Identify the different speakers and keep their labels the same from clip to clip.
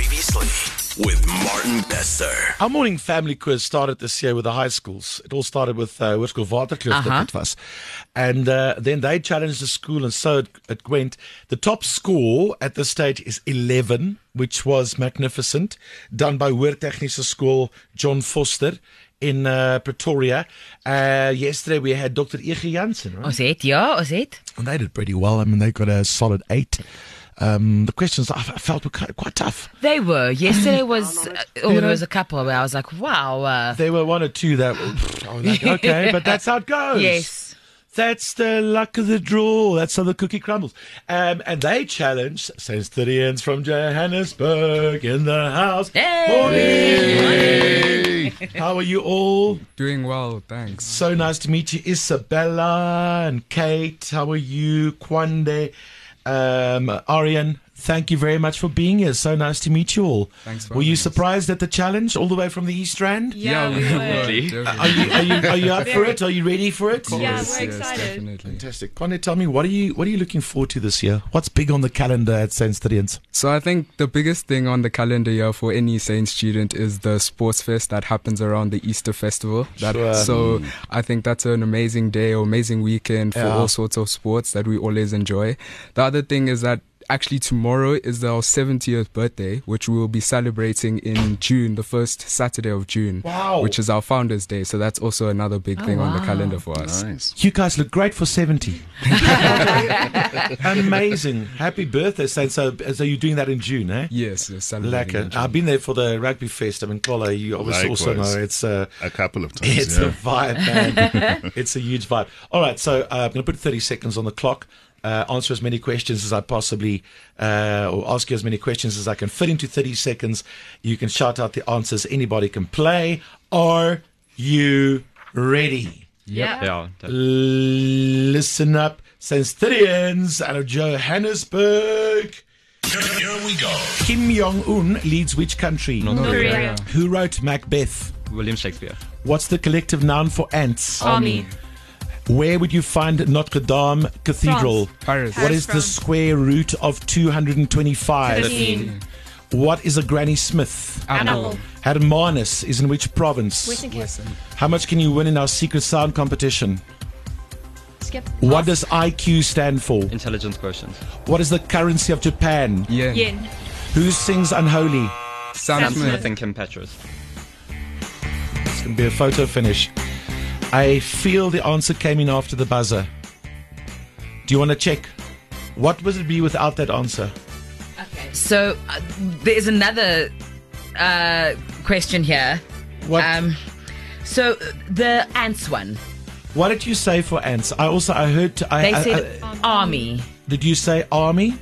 Speaker 1: Seriously with Martin Besser.
Speaker 2: Our morning family quiz started this year with the high schools. It all started with uh, Hoërskool Waterkloof, that it was. And uh, then they challenged the school, and so it, it went. The top score at this stage is 11, which was magnificent, done by Hoërtechnische School John Foster in uh, Pretoria. Uh, yesterday we had Dr. Ige Jansen, right?
Speaker 3: Ons het ja, ons het.
Speaker 2: And Oh. they did pretty well. I mean, they got a solid eight. Um, the questions I f- I felt were quite, quite tough.
Speaker 3: They were. Yesterday was uh, oh, there was a couple where I was like, wow. Uh,
Speaker 2: They were one or two that I was like, okay, but that's how it goes.
Speaker 3: yes.
Speaker 2: That's the luck of the draw. That's how the cookie crumbles. Um, and they challenged Sensterians from Johannesburg in the house. Morning. How are you all?
Speaker 4: Doing well, thanks.
Speaker 2: So nice to meet you, Isabella and Kate. How are you, Kwande, um, Arian? Thank you very much for being here. So nice to meet you all.
Speaker 4: Thanks for
Speaker 2: Were you
Speaker 4: having us.
Speaker 2: surprised at the challenge all the way from the East Rand?
Speaker 5: Yeah, we were.
Speaker 2: Are you, are you, are you up for
Speaker 5: Very.
Speaker 2: it? Are you ready for it?
Speaker 5: Yeah,
Speaker 4: Yes,
Speaker 5: we're
Speaker 4: yes,
Speaker 5: excited.
Speaker 4: definitely.
Speaker 2: Fantastic. Connie, tell me, what are you what are you looking forward to this year? What's big on the calendar at St. Stadians?
Speaker 4: So I think the biggest thing on the calendar year for any Saints student is the sports fest that happens around the Easter festival. That,
Speaker 2: Sure.
Speaker 4: So I think that's an amazing day or amazing weekend for
Speaker 2: Yeah.
Speaker 4: all sorts of sports that we always enjoy. The other thing is that actually tomorrow is our 70th birthday, which we will be celebrating in June, the first Saturday of June,
Speaker 2: Wow.
Speaker 4: which is our Founders Day. So that's also another
Speaker 5: Oh,
Speaker 4: big thing on the
Speaker 3: wow.
Speaker 4: calendar for us.
Speaker 2: You guys look great for 70. Amazing. Happy birthday, St. So, so you're doing that in June, eh?
Speaker 4: Yes, yes, celebrating in
Speaker 2: Lekker.
Speaker 4: June.
Speaker 2: I've been there for the rugby fest. I mean, Kola, you obviously also
Speaker 6: Likewise.
Speaker 2: know it's a,
Speaker 6: A couple of times.
Speaker 2: it's
Speaker 6: yeah.
Speaker 2: a vibe, man. it's a huge vibe. All right, so uh, I'm going to put 30 seconds on the clock. Uh, answer as many questions as I possibly, uh, or ask you as many questions as I can fit into 30 seconds. You can shout out the answers. Anybody can play. Are you ready?
Speaker 5: Yeah.
Speaker 2: Listen up, Sanstirians out of Johannesburg.
Speaker 1: Here we go.
Speaker 2: Kim Jong Un leads which country?
Speaker 5: Korea.
Speaker 2: Who wrote Macbeth?
Speaker 7: William Shakespeare.
Speaker 2: What's the collective noun for ants?
Speaker 5: Army.
Speaker 2: Where would you find Notre Dame Cathedral?
Speaker 4: Paris.
Speaker 2: What is the
Speaker 5: France.
Speaker 2: square root of 225?
Speaker 5: Thirteen.
Speaker 2: What is a Granny Smith?
Speaker 5: Apple.
Speaker 2: Hermanus is in which province?
Speaker 5: Western Cape.
Speaker 2: How much can you win in our secret sound competition?
Speaker 5: Skip.
Speaker 2: What does IQ stand for?
Speaker 7: Intelligence quotient.
Speaker 2: What is the currency of Japan?
Speaker 4: Yeah.
Speaker 5: Yen.
Speaker 2: Who sings Unholy?
Speaker 4: Sam,
Speaker 5: Sam
Speaker 4: Smith.
Speaker 5: Smith.
Speaker 7: I think Kim Petras.
Speaker 2: It's going to be a photo finish. I feel the answer came in after the buzzer. Do you want to check? What would it be without that answer?
Speaker 3: So uh, there's another uh, question here.
Speaker 2: What,
Speaker 3: Um, so uh, the ants one.
Speaker 2: what did you say for ants? I also I heard I,
Speaker 3: They
Speaker 2: I-
Speaker 3: said
Speaker 2: I-
Speaker 3: army.
Speaker 2: did you say army?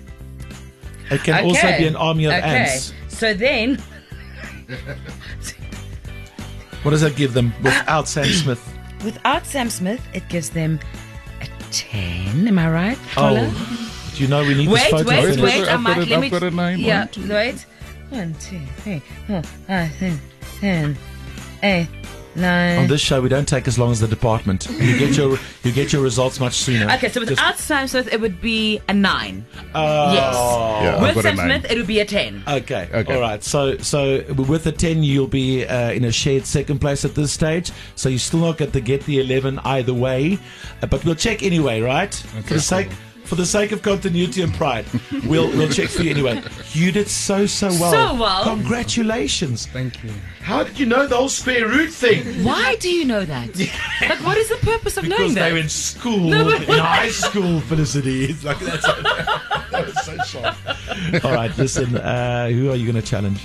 Speaker 2: It can also
Speaker 3: Okay.
Speaker 2: be an army of
Speaker 3: okay.
Speaker 2: ants.
Speaker 3: So then
Speaker 2: What does that give them without Sam Smith?
Speaker 3: without Sam Smith, it gives them a ten. Am I right? Paula?
Speaker 2: Oh, do you know we need this
Speaker 3: Wait,
Speaker 2: photo
Speaker 3: wait, wait,
Speaker 2: finish?
Speaker 3: I
Speaker 6: I've
Speaker 3: might
Speaker 6: got it-
Speaker 3: let
Speaker 6: I've
Speaker 3: me.
Speaker 6: got it now in
Speaker 3: yeah,
Speaker 6: mind.
Speaker 3: wait. One, two, three, four, five, six, seven, eight, nine.
Speaker 2: On this show, we don't take as long as the department. You get your you get your results much sooner.
Speaker 3: Okay, so without Sam Smith, it would be a nine.
Speaker 2: Oh.
Speaker 6: Yeah, I've
Speaker 3: With
Speaker 6: got
Speaker 3: Sam
Speaker 6: a nine.
Speaker 3: Smith, it would be a ten.
Speaker 2: Okay.
Speaker 6: Okay.
Speaker 2: All right. So, so with the ten, you'll be uh, in a shared second place at this stage. So you still not get to get the eleven either way, Uh, but we'll check anyway, right? for the sake, for the sake of continuity and pride, we'll we'll check for you anyway. You did so so well.
Speaker 3: So well.
Speaker 2: Congratulations.
Speaker 4: Thank you.
Speaker 2: How did you know the whole square root thing?
Speaker 3: Why do you know that? like, what is the purpose of
Speaker 2: Because
Speaker 3: knowing
Speaker 2: they
Speaker 3: that?
Speaker 2: were in school,
Speaker 3: No, but-
Speaker 2: in high school, Felicity. It's like that's that was so sharp. All right, listen. Uh, who are you going to challenge?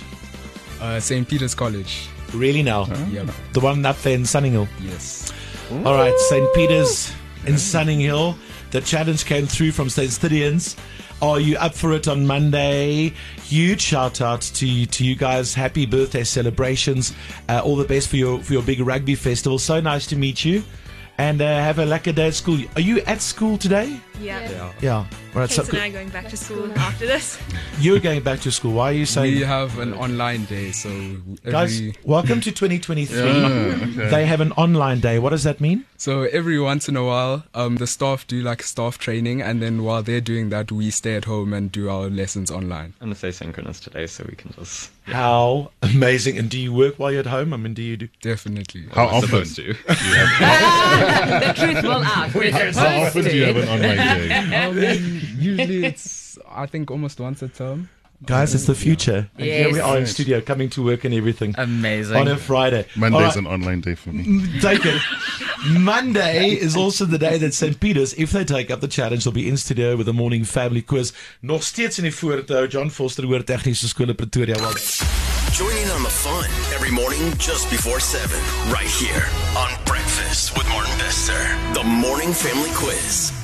Speaker 4: Uh, St. Peter's College.
Speaker 2: Really now?
Speaker 4: Yeah.
Speaker 2: The one up there in Sunninghill.
Speaker 4: Yes.
Speaker 2: All right, St. Peter's in Sunninghill. The challenge came through from St. Stidians. Are you up for it on Monday? Huge shout out to to you guys. Happy birthday celebrations. Uh, all the best for your for your big rugby festival. So nice to meet you. And uh, have a lucky day at school. Are you at school today?
Speaker 5: Yeah.
Speaker 2: Yeah. All right.
Speaker 5: Kate
Speaker 2: So
Speaker 5: and I are going back to school after this.
Speaker 2: you're going back to school. Why are you saying?
Speaker 4: We have an online day, so every
Speaker 2: Guys, welcome to 2023. They have an online day. What does that mean?
Speaker 4: so every once in a while, um, the staff do like staff training, and then while they're doing that, we stay at home and do our lessons online.
Speaker 7: I'm going to say synchronous today so we can just
Speaker 2: How amazing. And do you work while you're at home? I mean, do you do?
Speaker 4: Definitely.
Speaker 6: How often?
Speaker 7: Supposed to.
Speaker 3: the truth will out. We're
Speaker 6: How
Speaker 3: supposed
Speaker 6: often do you
Speaker 3: to.
Speaker 6: have an online gig?
Speaker 4: Um, usually it's I think almost once a term.
Speaker 2: Guys, it's the future. And Here we
Speaker 3: Yes.
Speaker 2: are in studio, coming to work and everything.
Speaker 3: Amazing.
Speaker 2: On a Friday. All right.
Speaker 6: Monday's an online day for me.
Speaker 2: take it. Monday is also the day that St. Peter's, if they take up the challenge, will be in studio with a morning family quiz. Nog steeds in die voortou, John Foster, hoor Tegniese Skole Pretoria. Well, done.
Speaker 1: Join in on the fun every morning just before 7, right here on Breakfast with Martin Bester. The Morning Family Quiz.